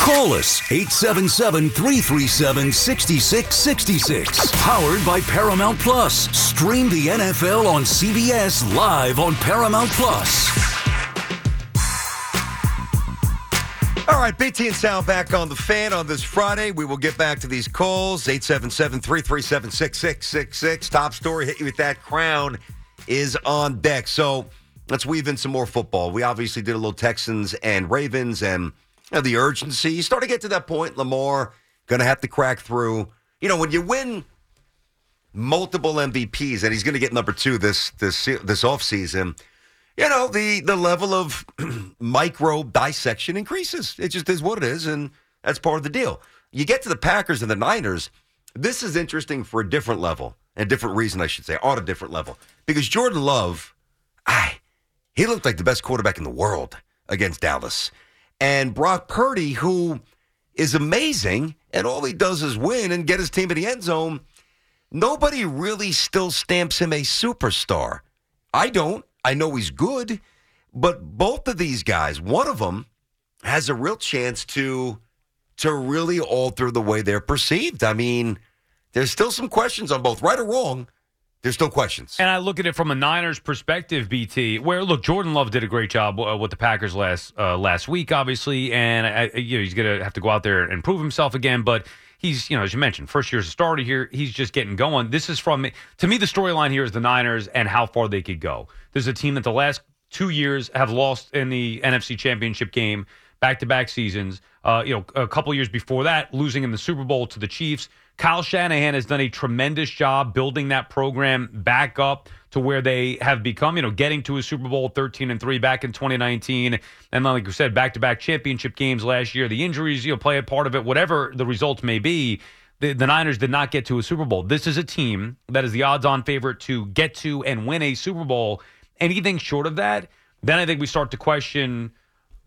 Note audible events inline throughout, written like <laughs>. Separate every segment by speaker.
Speaker 1: Call us 877 337 6666. Powered by Paramount Plus. Stream the NFL on CBS live on Paramount Plus.
Speaker 2: All right, BT and Sound back on the fan on this Friday. We will get back to these calls 877 337 6666. Top story hit you with that crown is on deck. So let's weave in some more football. We obviously did a little Texans and Ravens and you know, the urgency. You start to get to that point. Lamar going to have to crack through. You know, when you win multiple MVPs, and he's going to get number two this this this offseason, you know the the level of <clears throat> micro dissection increases. It just is what it is, and that's part of the deal. You get to the Packers and the Niners. This is interesting for a different level, and a different reason, I should say, on a different level, because Jordan Love, I, he looked like the best quarterback in the world against Dallas and Brock Purdy, who is amazing, and all he does is win and get his team in the end zone. Nobody really still stamps him a superstar. I don't. I know he's good, but both of these guys, one of them has a real chance to to really alter the way they're perceived. I mean, there's still some questions on both, right or wrong. There's still questions.
Speaker 3: And I look at it from a Niners perspective, BT. Where look, Jordan Love did a great job uh, with the Packers last uh, last week, obviously, and I, I- you know he's going to have to go out there and prove himself again. But he's you know as you mentioned, first year as a starter here, he's just getting going. This is from to me the storyline here is the Niners and how far they could go. There's a team that the last two years have lost in the NFC Championship game, back to back seasons. Uh, you know, a couple years before that, losing in the Super Bowl to the Chiefs. Kyle Shanahan has done a tremendous job building that program back up to where they have become. You know, getting to a Super Bowl 13 and three back in 2019, and like we said, back to back championship games last year. The injuries, you know, play a part of it. Whatever the results may be. The, the Niners did not get to a Super Bowl. This is a team that is the odds on favorite to get to and win a Super Bowl anything short of that, then I think we start to question,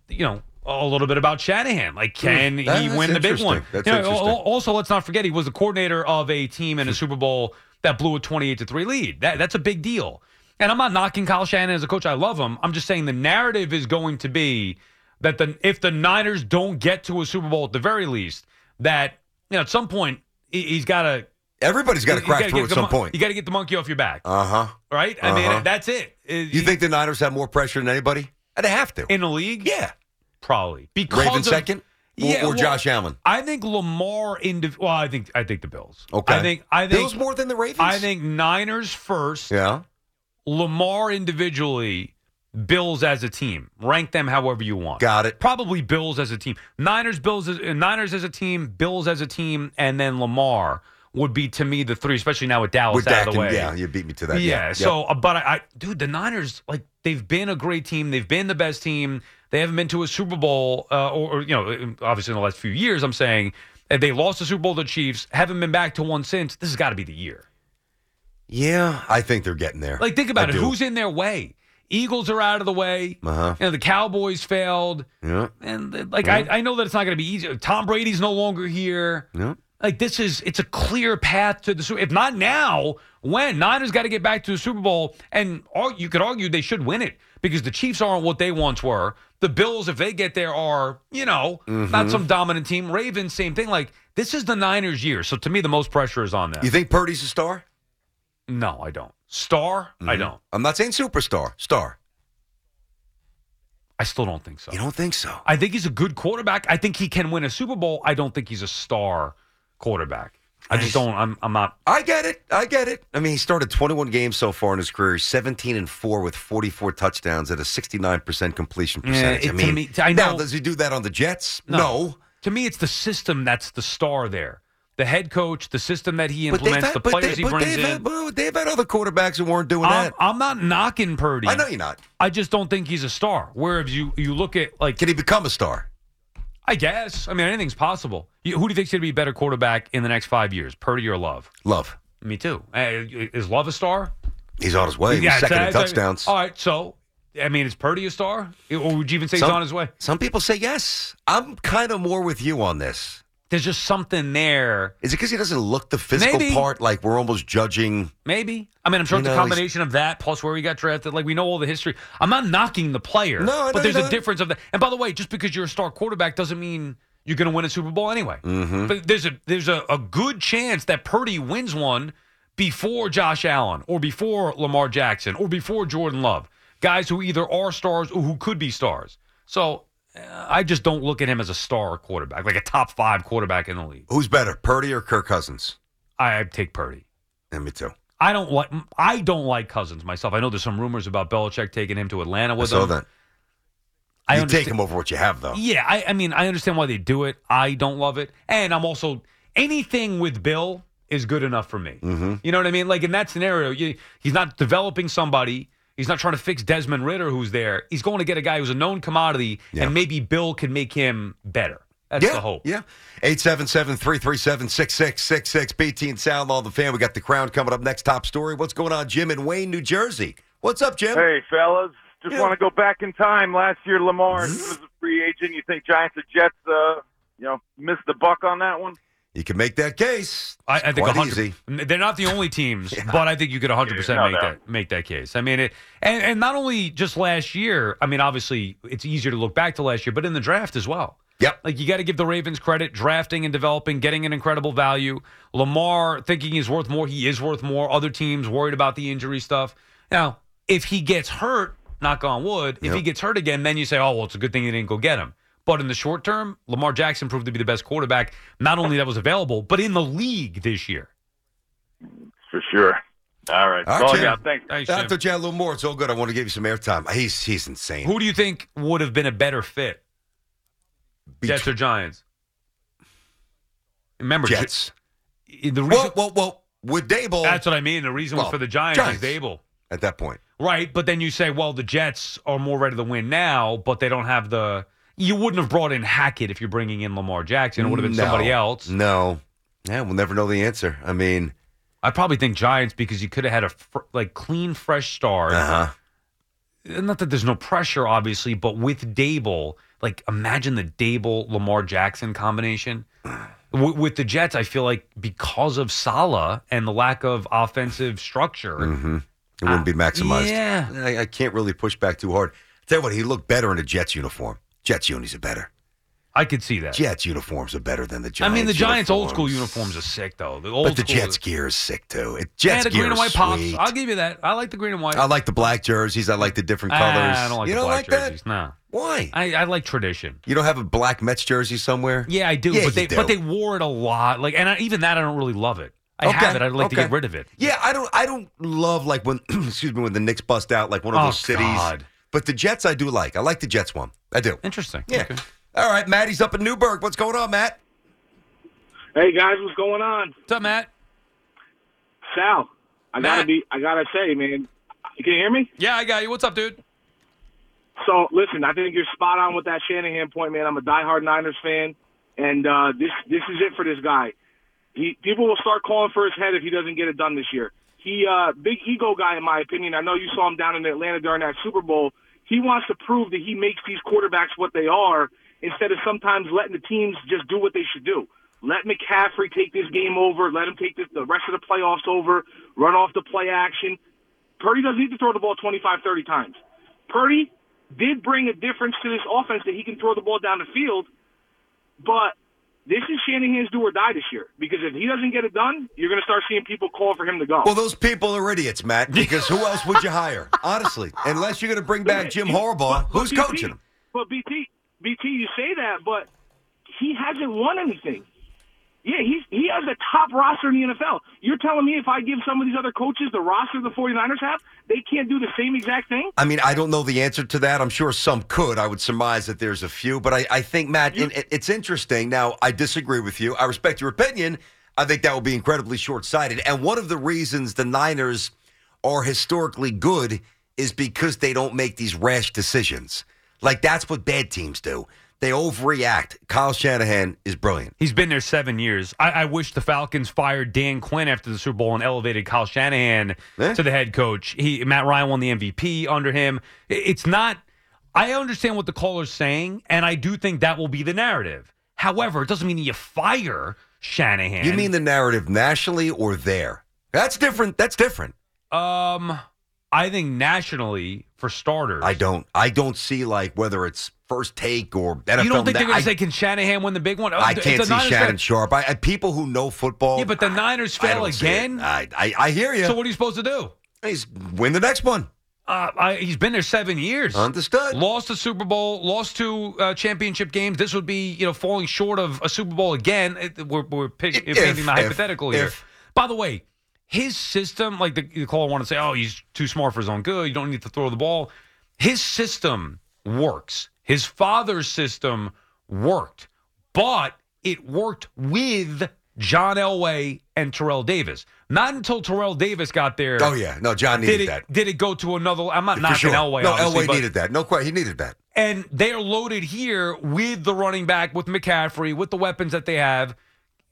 Speaker 3: you know, a little bit about Shanahan. Like, can
Speaker 2: Hmm. That-
Speaker 3: he
Speaker 2: that's
Speaker 3: win the big
Speaker 2: interesting.
Speaker 3: one?
Speaker 2: That's
Speaker 3: You know,
Speaker 2: interesting. Hmm.
Speaker 3: al- also, let's not forget he was the coordinator of a team in a Super Bowl that blew a twenty-eight to three lead. That that's a big deal. And I'm not knocking Kyle Shanahan as a coach. I love him. I'm just saying the narrative is going to be that the if the Niners don't get to a Super Bowl at the very least, that you know at some point he- he's got to
Speaker 2: Everybody's got to crack through at some point.
Speaker 3: You got to get the monkey off your back,
Speaker 2: Uh huh.
Speaker 3: right? I
Speaker 2: Uh-huh.
Speaker 3: mean, that's it.
Speaker 2: You think the Niners have more pressure than anybody? And they have to.
Speaker 3: in the league?
Speaker 2: yeah.
Speaker 3: probably because
Speaker 2: Raven
Speaker 3: of-
Speaker 2: second? Or,
Speaker 3: Yeah,
Speaker 2: or
Speaker 3: well,
Speaker 2: Josh Allen?
Speaker 3: I think Lamar indiv- well, I think I think the Bills.
Speaker 2: Okay.
Speaker 3: I think I think
Speaker 2: Bills more than the Ravens?
Speaker 3: I think Niners first,
Speaker 2: Yeah.
Speaker 3: Lamar individually, Bills as a team. Rank them however you want.
Speaker 2: Got it.
Speaker 3: Probably Bills as a team. Niners Bills as, uh, Niners as a team, Bills as a team, and then Lamar would be to me the three, especially now with Dallas
Speaker 2: With
Speaker 3: out
Speaker 2: Dak
Speaker 3: of the way.
Speaker 2: and, yeah, you beat me to that.
Speaker 3: Yeah.
Speaker 2: Yeah. Yep.
Speaker 3: So, uh, but I, I, dude, the Niners, like, they've been a great team. They've been the best team. They haven't been to a Super Bowl, uh, or, or, you know, obviously in the last few years, I'm saying uh, they lost the Super Bowl to the Chiefs, haven't been back to one since. This has got to be the year.
Speaker 2: yeah, I think they're getting there.
Speaker 3: Like, think
Speaker 2: I
Speaker 3: about it.
Speaker 2: do.
Speaker 3: Who's in their way? Eagles are out of the way.
Speaker 2: Uh-huh.
Speaker 3: You know, the Cowboys failed.
Speaker 2: Yeah.
Speaker 3: And, uh, like, I, I know that it's not going to be easy. Tom Brady's no longer here.
Speaker 2: Yeah.
Speaker 3: Like this is it's a clear path to the Super. If not now, when Niners got to get back to the Super Bowl, and ar- you could argue they should win it because the Chiefs aren't what they once were. The Bills, if they get there, are you know
Speaker 2: Mm-hmm.
Speaker 3: not some dominant team. Ravens, same thing. Like this is the Niners' year. So to me, the most pressure is on them.
Speaker 2: You think Purdy's a star? Mm-hmm.
Speaker 3: no, I don't. Star, I don't.
Speaker 2: I'm not saying superstar. Star.
Speaker 3: I still don't think so.
Speaker 2: You don't think so?
Speaker 3: I think he's a good quarterback. I think he can win a Super Bowl. I don't think he's a star quarterback. I
Speaker 2: Nice.
Speaker 3: just don't. I'm. I'm not.
Speaker 2: I get it. I get it. I mean, he started 21 games so far in his career, He's 17 and 4 with 44 touchdowns at a 69% completion
Speaker 3: Yeah,
Speaker 2: percentage. I
Speaker 3: it- to
Speaker 2: mean,
Speaker 3: me- I
Speaker 2: now
Speaker 3: know-
Speaker 2: does he do that on the Jets?
Speaker 3: No.
Speaker 2: no.
Speaker 3: To me, it's the system that's the star there. The head coach, the system that he
Speaker 2: But they've
Speaker 3: implements,
Speaker 2: had-
Speaker 3: the
Speaker 2: but
Speaker 3: players
Speaker 2: they-
Speaker 3: he
Speaker 2: but
Speaker 3: brings
Speaker 2: they've Had,
Speaker 3: in.
Speaker 2: but they've had other quarterbacks who weren't doing
Speaker 3: I'm,
Speaker 2: that.
Speaker 3: I'm not knocking Purdy.
Speaker 2: I know you're not.
Speaker 3: I just don't think he's a star. Whereas you you look at like
Speaker 2: Can he become a star?
Speaker 3: I guess. I mean, anything's possible. You- Who do you think's going to be a better quarterback in the next five years, Purdy or Love?
Speaker 2: Love.
Speaker 3: Me too. Uh, is Love a star?
Speaker 2: He's on his way. He's
Speaker 3: Yeah,
Speaker 2: second
Speaker 3: it's-
Speaker 2: in
Speaker 3: it's-
Speaker 2: touchdowns.
Speaker 3: All right, so I mean, is Purdy a star, or would you even say he's on his way?
Speaker 2: Some people say yes. I'm kind of more with you on this.
Speaker 3: There's just something there.
Speaker 2: Is it because he doesn't look the physical
Speaker 3: Maybe.
Speaker 2: part like we're almost judging?
Speaker 3: Maybe. I mean, I'm sure
Speaker 2: You
Speaker 3: it's a
Speaker 2: know, he's-
Speaker 3: combination of that plus where he got drafted. Like we know all the history. I'm not knocking the player,
Speaker 2: No, I know
Speaker 3: but there's
Speaker 2: you're
Speaker 3: a
Speaker 2: not.
Speaker 3: difference of that. And by the way, just because you're a star quarterback doesn't mean you're going to win a Super Bowl anyway.
Speaker 2: Mm-hmm.
Speaker 3: But there's a there's a, a good chance that Purdy wins one before Josh Allen or before Lamar Jackson or before Jordan Love, guys who either are stars or who could be stars. So uh, I just don't look at him as a star quarterback, like a top five quarterback in the league.
Speaker 2: Who's better, Purdy or Kirk Cousins?
Speaker 3: I I'd take Purdy.
Speaker 2: And me too.
Speaker 3: I don't like I don't like Cousins myself. I know there's some rumors about Belichick taking him to Atlanta
Speaker 2: I
Speaker 3: with
Speaker 2: saw
Speaker 3: him.
Speaker 2: that.
Speaker 3: I
Speaker 2: you
Speaker 3: understand-
Speaker 2: take him over what you have, though.
Speaker 3: Yeah, I, I mean I understand why they do it. I don't love it, and I'm also anything with Bill is good enough for me.
Speaker 2: Mm-hmm.
Speaker 3: You know what I mean? Like in that scenario, you, he's not developing somebody. He's not trying to fix Desmond Ritter, who's there. He's going to get a guy who's a known commodity,
Speaker 2: Yeah.
Speaker 3: and maybe Bill can make him better. That's
Speaker 2: yeah,
Speaker 3: the hope.
Speaker 2: Yeah. 877-337-6666. BT and Sound Law, the fan. We got the crown coming up next. Top story. What's going on, Jim, in Wayne, New Jersey? What's up, Jim?
Speaker 4: Hey, fellas. Just
Speaker 2: Yeah.
Speaker 4: want to go back in time. Last year, Lamar he was a free agent. You think Giants or Jets, uh, you know, missed the buck on that one?
Speaker 2: You can make that case.
Speaker 3: I, I
Speaker 2: It's
Speaker 3: think
Speaker 2: quite
Speaker 3: 100,
Speaker 2: easy.
Speaker 3: They're not the
Speaker 2: <laughs>
Speaker 3: only teams, but I think you could 100 percent
Speaker 4: Yeah, no
Speaker 3: make
Speaker 4: doubt.
Speaker 3: that make that case. I mean, it, and and not only just last year. I mean, obviously it's easier to look back to last year, but in the draft as well.
Speaker 2: Yep.
Speaker 3: Like you got to give the Ravens credit, drafting and developing, getting an incredible value. Lamar thinking he's worth more, he is worth more. Other teams worried about the injury stuff. Now, if he gets hurt, knock on wood, if he
Speaker 2: Yep.
Speaker 3: gets hurt again, then you say, oh well, it's a good thing you didn't go get him. But in the short term, Lamar Jackson proved to be the best quarterback, not only that was available, but in the league this year.
Speaker 4: For sure. All right.
Speaker 2: All right,
Speaker 4: That's all I
Speaker 2: Jim.
Speaker 4: got. Thanks.
Speaker 3: Thanks,
Speaker 2: Dr.
Speaker 3: Jim.
Speaker 2: Jan little more. It's all good. I want to give you some airtime. He's he's insane.
Speaker 3: Who do you think would have been a better fit,
Speaker 2: Be-
Speaker 3: Jets or Giants? Remember,
Speaker 2: Jets.
Speaker 3: J- the reason
Speaker 2: Whoa, whoa, whoa. With Dable
Speaker 3: that's what I mean. The reason
Speaker 2: Well,
Speaker 3: was for the Giants,
Speaker 2: Giants.
Speaker 3: is Dable.
Speaker 2: at that point.
Speaker 3: Right, but then you say, well, the Jets are more ready to win now, but they don't have the. You wouldn't have brought in Hackett if you're bringing in Lamar Jackson. It would have been
Speaker 2: No.
Speaker 3: somebody else.
Speaker 2: No. Yeah, we'll never know the answer. I mean,
Speaker 3: I probably think Giants because you could have had a fr- like clean, fresh start. Uh,
Speaker 2: uh-huh.
Speaker 3: Not that there's no pressure, obviously, but with Dable, like imagine the Dable Lamar Jackson combination. W- with the Jets, I feel like because of Sala and the lack of offensive structure,
Speaker 2: It wouldn't be Mm, maximized.
Speaker 3: Uh, yeah.
Speaker 2: I, I can't really push back too hard. Tell you what, he looked better in a Jets uniform. Jets unis are better.
Speaker 3: I could see that.
Speaker 2: Jets uniforms are better than the
Speaker 3: I
Speaker 2: Giants.
Speaker 3: mean, the Giants' old school
Speaker 2: uniforms.
Speaker 3: uniforms are sick, though. The old
Speaker 2: But the
Speaker 3: school
Speaker 2: Jets gear is sick too. It
Speaker 3: Yeah,
Speaker 2: Jets
Speaker 3: the
Speaker 2: gear
Speaker 3: green and
Speaker 2: is
Speaker 3: white pops.
Speaker 2: sweet.
Speaker 3: I'll give you that. I like the green and white.
Speaker 2: I like the black jerseys. I like the different colors.
Speaker 3: Ah, I don't like
Speaker 2: you
Speaker 3: the
Speaker 2: don't
Speaker 3: black
Speaker 2: like
Speaker 3: jerseys.
Speaker 2: that?
Speaker 3: No,
Speaker 2: Why?
Speaker 3: I, I like tradition.
Speaker 2: you don't have a black Mets jersey somewhere?
Speaker 3: Yeah, I do.
Speaker 2: Yeah,
Speaker 3: but they
Speaker 2: you do.
Speaker 3: but they wore it a lot. Like, and I, even that, I don't really love it. I
Speaker 2: Okay,
Speaker 3: have it. I'd like to get
Speaker 2: okay.
Speaker 3: rid of it.
Speaker 2: Yeah, I don't. I don't love like when <clears throat> excuse me when the Knicks bust out like one of
Speaker 3: Oh,
Speaker 2: those cities.
Speaker 3: God.
Speaker 2: But the Jets, I do like. I like the Jets one. I do.
Speaker 3: Interesting.
Speaker 2: Yeah.
Speaker 3: Okay.
Speaker 2: All right, Maddie's up in Newburgh. What's going on, Matt?
Speaker 5: Hey guys, what's going on?
Speaker 3: What's up, Matt?
Speaker 5: Sal, I
Speaker 3: Matt.
Speaker 5: gotta be, I gotta say, man, you can hear me?
Speaker 3: Yeah, I got you. What's up, dude?
Speaker 5: So listen, I think you're spot on with that Shanahan point, man. I'm a diehard Niners fan, and uh, this this is it for this guy. He people will start calling for his head if he doesn't get it done this year. He uh, big ego guy in my opinion. I know you saw him down in Atlanta during that Super Bowl. He wants to prove that he makes these quarterbacks what they are instead of sometimes letting the teams just do what they should do. Let McCaffrey take this game over. Let him take this, the rest of the playoffs over. Run off the play action. Purdy doesn't need to throw the ball 25, 30 times. Purdy did bring a difference to this offense that he can throw the ball down the field, but this is Shanahan's do or die this year because if he doesn't get it done, you're going to start seeing people call for him to go.
Speaker 2: Well, those people are idiots, Matt. Because who else would you
Speaker 3: <laughs>
Speaker 2: hire? Honestly, unless you're going to bring back Jim Harbaugh,
Speaker 5: But- but
Speaker 2: who's
Speaker 5: BT
Speaker 2: coaching him?
Speaker 5: But BT, BT, you say that, but he hasn't won anything. Yeah, he's, he has a top roster in the NFL. You're telling me if I give some of these other coaches the roster the 49ers have, they can't do the same exact thing?
Speaker 2: I mean, I don't know the answer to that. I'm sure some could. I would surmise that there's a few, but I, I think, Matt, it- it- it's interesting. Now, I disagree with you. I respect your opinion. I think that would be incredibly short sighted. And one of the reasons the Niners are historically good is because they don't make these rash decisions. Like, that's what bad teams do. They overreact. Kyle Shanahan is brilliant.
Speaker 3: He's been there seven years. I, I wish the Falcons fired Dan Quinn after the Super Bowl and elevated Kyle Shanahan
Speaker 2: Yeah.
Speaker 3: to the head coach. He Matt Ryan won the MVP under him. I- It's not. I understand what the caller's saying, and I do think that will be the narrative. However, it doesn't mean you fire Shanahan.
Speaker 2: You mean the narrative nationally or there? That's different. That's different.
Speaker 3: um? I think nationally, for starters,
Speaker 2: I don't. I don't see like whether it's first take or NFL.
Speaker 3: You don't think
Speaker 2: Na-
Speaker 3: they're going
Speaker 2: I-
Speaker 3: to say, "Can Shanahan win the big one?" Oh,
Speaker 2: I
Speaker 3: it's
Speaker 2: can't
Speaker 3: the
Speaker 2: see
Speaker 3: Niners
Speaker 2: Shannon
Speaker 3: fail-
Speaker 2: Sharp. I, I people who know football.
Speaker 3: Yeah, but the Niners
Speaker 2: I
Speaker 3: fail
Speaker 2: don't see it.
Speaker 3: again.
Speaker 2: I, I I hear you.
Speaker 3: So what are you supposed to do?
Speaker 2: He's win the next one.
Speaker 3: Uh, I, he's been there seven years.
Speaker 2: Understood.
Speaker 3: Lost the Super Bowl, lost two uh, championship games. This would be, you know, falling short of a Super Bowl again. It- We're, we're pick,
Speaker 2: If-
Speaker 3: painting the
Speaker 2: if-
Speaker 3: hypothetical here.
Speaker 2: if-
Speaker 3: By the way, his system, like the, the caller wanted to say, oh, he's too smart for his own good. You don't need to throw the ball. His system works. His father's system worked, but it worked with John Elway and Terrell Davis. Not until Terrell Davis got there
Speaker 2: Oh yeah. No, John
Speaker 3: did
Speaker 2: needed
Speaker 3: it
Speaker 2: that.
Speaker 3: did it go to another? I'm not
Speaker 2: For
Speaker 3: knocking
Speaker 2: sure.
Speaker 3: Elway.
Speaker 2: No,
Speaker 3: obviously,
Speaker 2: Elway
Speaker 3: but-
Speaker 2: needed that. No question. He needed that.
Speaker 3: and they are loaded here with the running back, with McCaffrey, with the weapons that they have.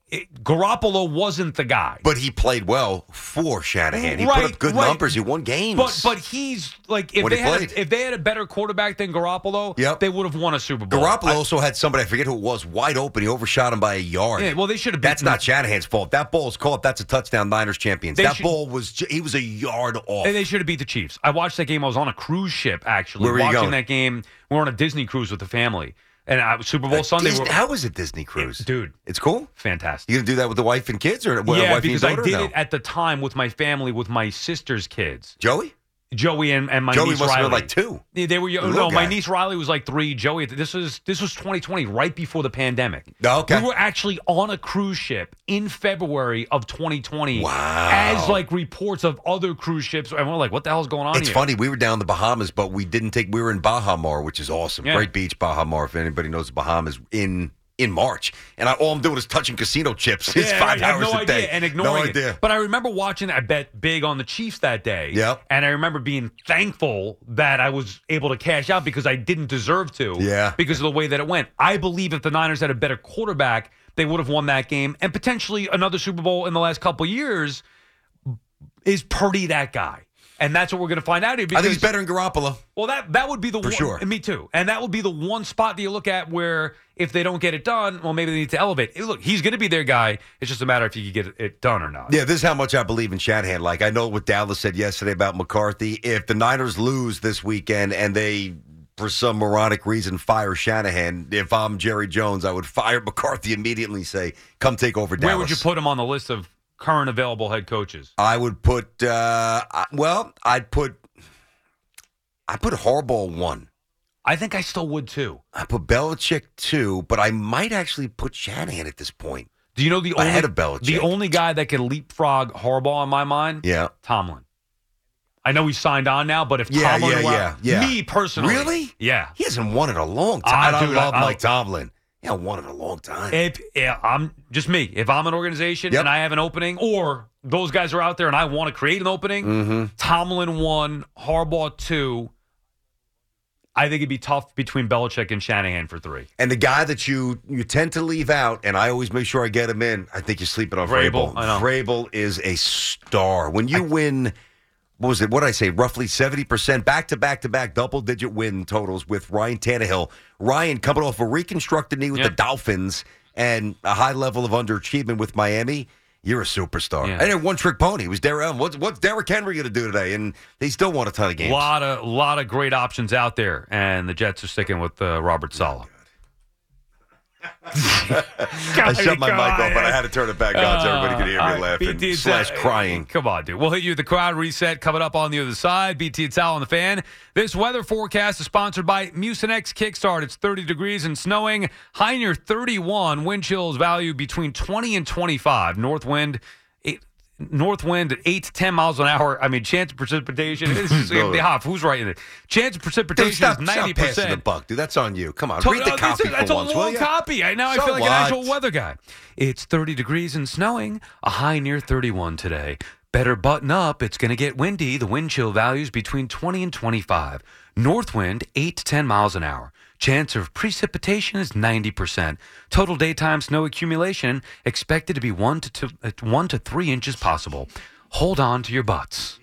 Speaker 3: It, Garoppolo wasn't the guy,
Speaker 2: But he played well for Shanahan. He
Speaker 3: Right,
Speaker 2: put up good
Speaker 3: right.
Speaker 2: numbers. He won games.
Speaker 3: but but he's like if
Speaker 2: When
Speaker 3: they
Speaker 2: he
Speaker 3: had
Speaker 2: played.
Speaker 3: a, if they had a better quarterback than Garoppolo,
Speaker 2: Yep.
Speaker 3: they would have won a Super Bowl.
Speaker 2: Garoppolo also had somebody I forget who it was wide open. He overshot him by a yard.
Speaker 3: Yeah, well, they should have.
Speaker 2: That's
Speaker 3: beaten-
Speaker 2: not Shanahan's fault. That ball is called. That's a touchdown. Niners champions.
Speaker 3: They
Speaker 2: That
Speaker 3: should-
Speaker 2: ball was ju- he was a yard off.
Speaker 3: And they should have beat the Chiefs. I watched that game. I was on a cruise ship actually
Speaker 2: Where were you
Speaker 3: watching
Speaker 2: going?
Speaker 3: that game. We were on a Disney cruise with the family, and I, Super Bowl
Speaker 2: A
Speaker 3: Sunday.
Speaker 2: Disney-
Speaker 3: we're-
Speaker 2: how is it Disney cruise,
Speaker 3: dude,
Speaker 2: It's cool.
Speaker 3: fantastic.
Speaker 2: You gonna do that with the wife and kids, or well,
Speaker 3: yeah,
Speaker 2: wife
Speaker 3: because
Speaker 2: and
Speaker 3: I
Speaker 2: daughter?
Speaker 3: did
Speaker 2: no.
Speaker 3: it at the time with my family, with my sister's kids,
Speaker 2: Joey.
Speaker 3: Joey and, and my
Speaker 2: Joey
Speaker 3: niece
Speaker 2: must have
Speaker 3: Riley.
Speaker 2: been like two.
Speaker 3: Yeah, they were. oh,
Speaker 2: little
Speaker 3: No, my
Speaker 2: guy.
Speaker 3: niece Riley was like three. Joey, this was this was 2020, right before the pandemic.
Speaker 2: Oh, Okay.
Speaker 3: We were actually on a cruise ship in February of 2020.
Speaker 2: Wow.
Speaker 3: As like reports of other cruise ships, and we're like, "What the hell's going on
Speaker 2: It's
Speaker 3: here?"
Speaker 2: funny. We were down the Bahamas, but we didn't take. We were in Bahamar, which is awesome.
Speaker 3: Yeah.
Speaker 2: Great beach, Bahamar. If anybody knows the Bahamas, in in March, and I, all I'm doing is touching casino chips. <laughs> It's
Speaker 3: Yeah,
Speaker 2: five
Speaker 3: I have
Speaker 2: hours
Speaker 3: no
Speaker 2: a
Speaker 3: idea,
Speaker 2: day
Speaker 3: and ignoring
Speaker 2: no idea.
Speaker 3: it. But I remember watching. I bet big on the Chiefs that day.
Speaker 2: Yep.
Speaker 3: And I remember being thankful that I was able to cash out because I didn't deserve to.
Speaker 2: Yeah.
Speaker 3: Because of the way that it went. I believe if the Niners had a better quarterback, they would have won that game and potentially another Super Bowl in the last couple years. Is Purdy that guy? And that's what we're going to find out
Speaker 2: I
Speaker 3: here. Because
Speaker 2: think he's better in Garoppolo.
Speaker 3: well, that that would be the
Speaker 2: For
Speaker 3: one,
Speaker 2: sure.
Speaker 3: Me too. And that would be the one spot that you look at where if they don't get it done, well, maybe they need to elevate. Hey, Look, he's going to be their guy. It's just a matter if you can get it done or not.
Speaker 2: Yeah, this is how much I believe in Shanahan. Like I know what Dallas said yesterday about McCarthy. If the Niners lose this weekend and they, for some moronic reason, fire Shanahan, if I'm Jerry Jones, I would fire <laughs> McCarthy immediately. and Say, come take over Dallas.
Speaker 3: Where would you put him on the list of current available head coaches?
Speaker 2: I would put. Uh, I- well, I'd put. I put Harbaugh one.
Speaker 3: I think I still would too.
Speaker 2: I put Belichick two, but I might actually put Shanahan at this point.
Speaker 3: Do you know the only
Speaker 2: Ahead of Belichick.
Speaker 3: the only guy that can leapfrog Harbaugh in my mind?
Speaker 2: Yeah.
Speaker 3: Tomlin. I know he's signed on now, but if
Speaker 2: Yeah,
Speaker 3: Tomlin,
Speaker 2: yeah,
Speaker 3: were-
Speaker 2: yeah, yeah.
Speaker 3: me personally,
Speaker 2: Really?
Speaker 3: yeah,
Speaker 2: He hasn't won in a long
Speaker 3: Ah,
Speaker 2: time. I,
Speaker 3: dude, I-
Speaker 2: love
Speaker 3: I-
Speaker 2: Mike Tomlin. Yeah, won in a long time.
Speaker 3: If yeah, I'm just me, if I'm an organization
Speaker 2: Yep.
Speaker 3: and I have an opening, or those guys are out there and I want to create an opening, Tomlin one, Harbaugh two. I think it'd be tough between Belichick and Shanahan for three.
Speaker 2: And the guy that you you tend to leave out, and I always make sure I get him in. I think you're sleeping on Vrabel.
Speaker 3: Vrabel, I know.
Speaker 2: Vrabel is a star. When you win, what was it? What did I say? Roughly seventy percent back to back to back double digit win totals with Ryan Tannehill. Ryan coming off a reconstructed knee with
Speaker 3: Yeah.
Speaker 2: the Dolphins and a high level of underachievement with Miami. You're a superstar.
Speaker 3: Yeah.
Speaker 2: And a one trick pony. It was Derrick. What's what's Derrick Henry going to do today? And they still won a ton of
Speaker 3: A
Speaker 2: games.
Speaker 3: lot of lot of great options out there, and the Jets are sticking with uh, Robert Sala.
Speaker 2: I shut my mic off, but I had to turn it back on so everybody could hear me
Speaker 3: All right, <laughs>
Speaker 2: laughing
Speaker 3: BT and
Speaker 2: slash
Speaker 3: Sal-
Speaker 2: crying.
Speaker 3: Come on, dude. We'll hit you with the crowd reset coming up on the other side. BT and Sal on the fan. This weather forecast is sponsored by Mucinex Kickstart. It's 30 degrees and snowing. High near 31. Wind chills value between 20 and 25. North wind. Eight, North wind at 8 to 10 miles an hour. I mean, chance of
Speaker 2: <laughs>
Speaker 3: precipitation. This is going to be hot. Who's writing it? Chance of precipitation
Speaker 2: Dude, stop,
Speaker 3: is
Speaker 2: stop
Speaker 3: 90%.
Speaker 2: passing the buck, dude. That's on you. Come on, read
Speaker 3: Oh,
Speaker 2: the
Speaker 3: this
Speaker 2: copy
Speaker 3: is- that's
Speaker 2: for
Speaker 3: a
Speaker 2: once, will
Speaker 3: long
Speaker 2: ya?
Speaker 3: copy. I now I
Speaker 2: So
Speaker 3: feel like an actual
Speaker 2: what?
Speaker 3: weather guy. It's 30 degrees and snowing. A high near 31 today. Better button up. It's going to get windy. The wind chill values between 20 and 25. North wind 8 to 10 miles an hour. Chance of precipitation is 90%. Total daytime snow accumulation expected to be 1 to, two, uh, 1 to 3 inches possible. Hold on to your butts.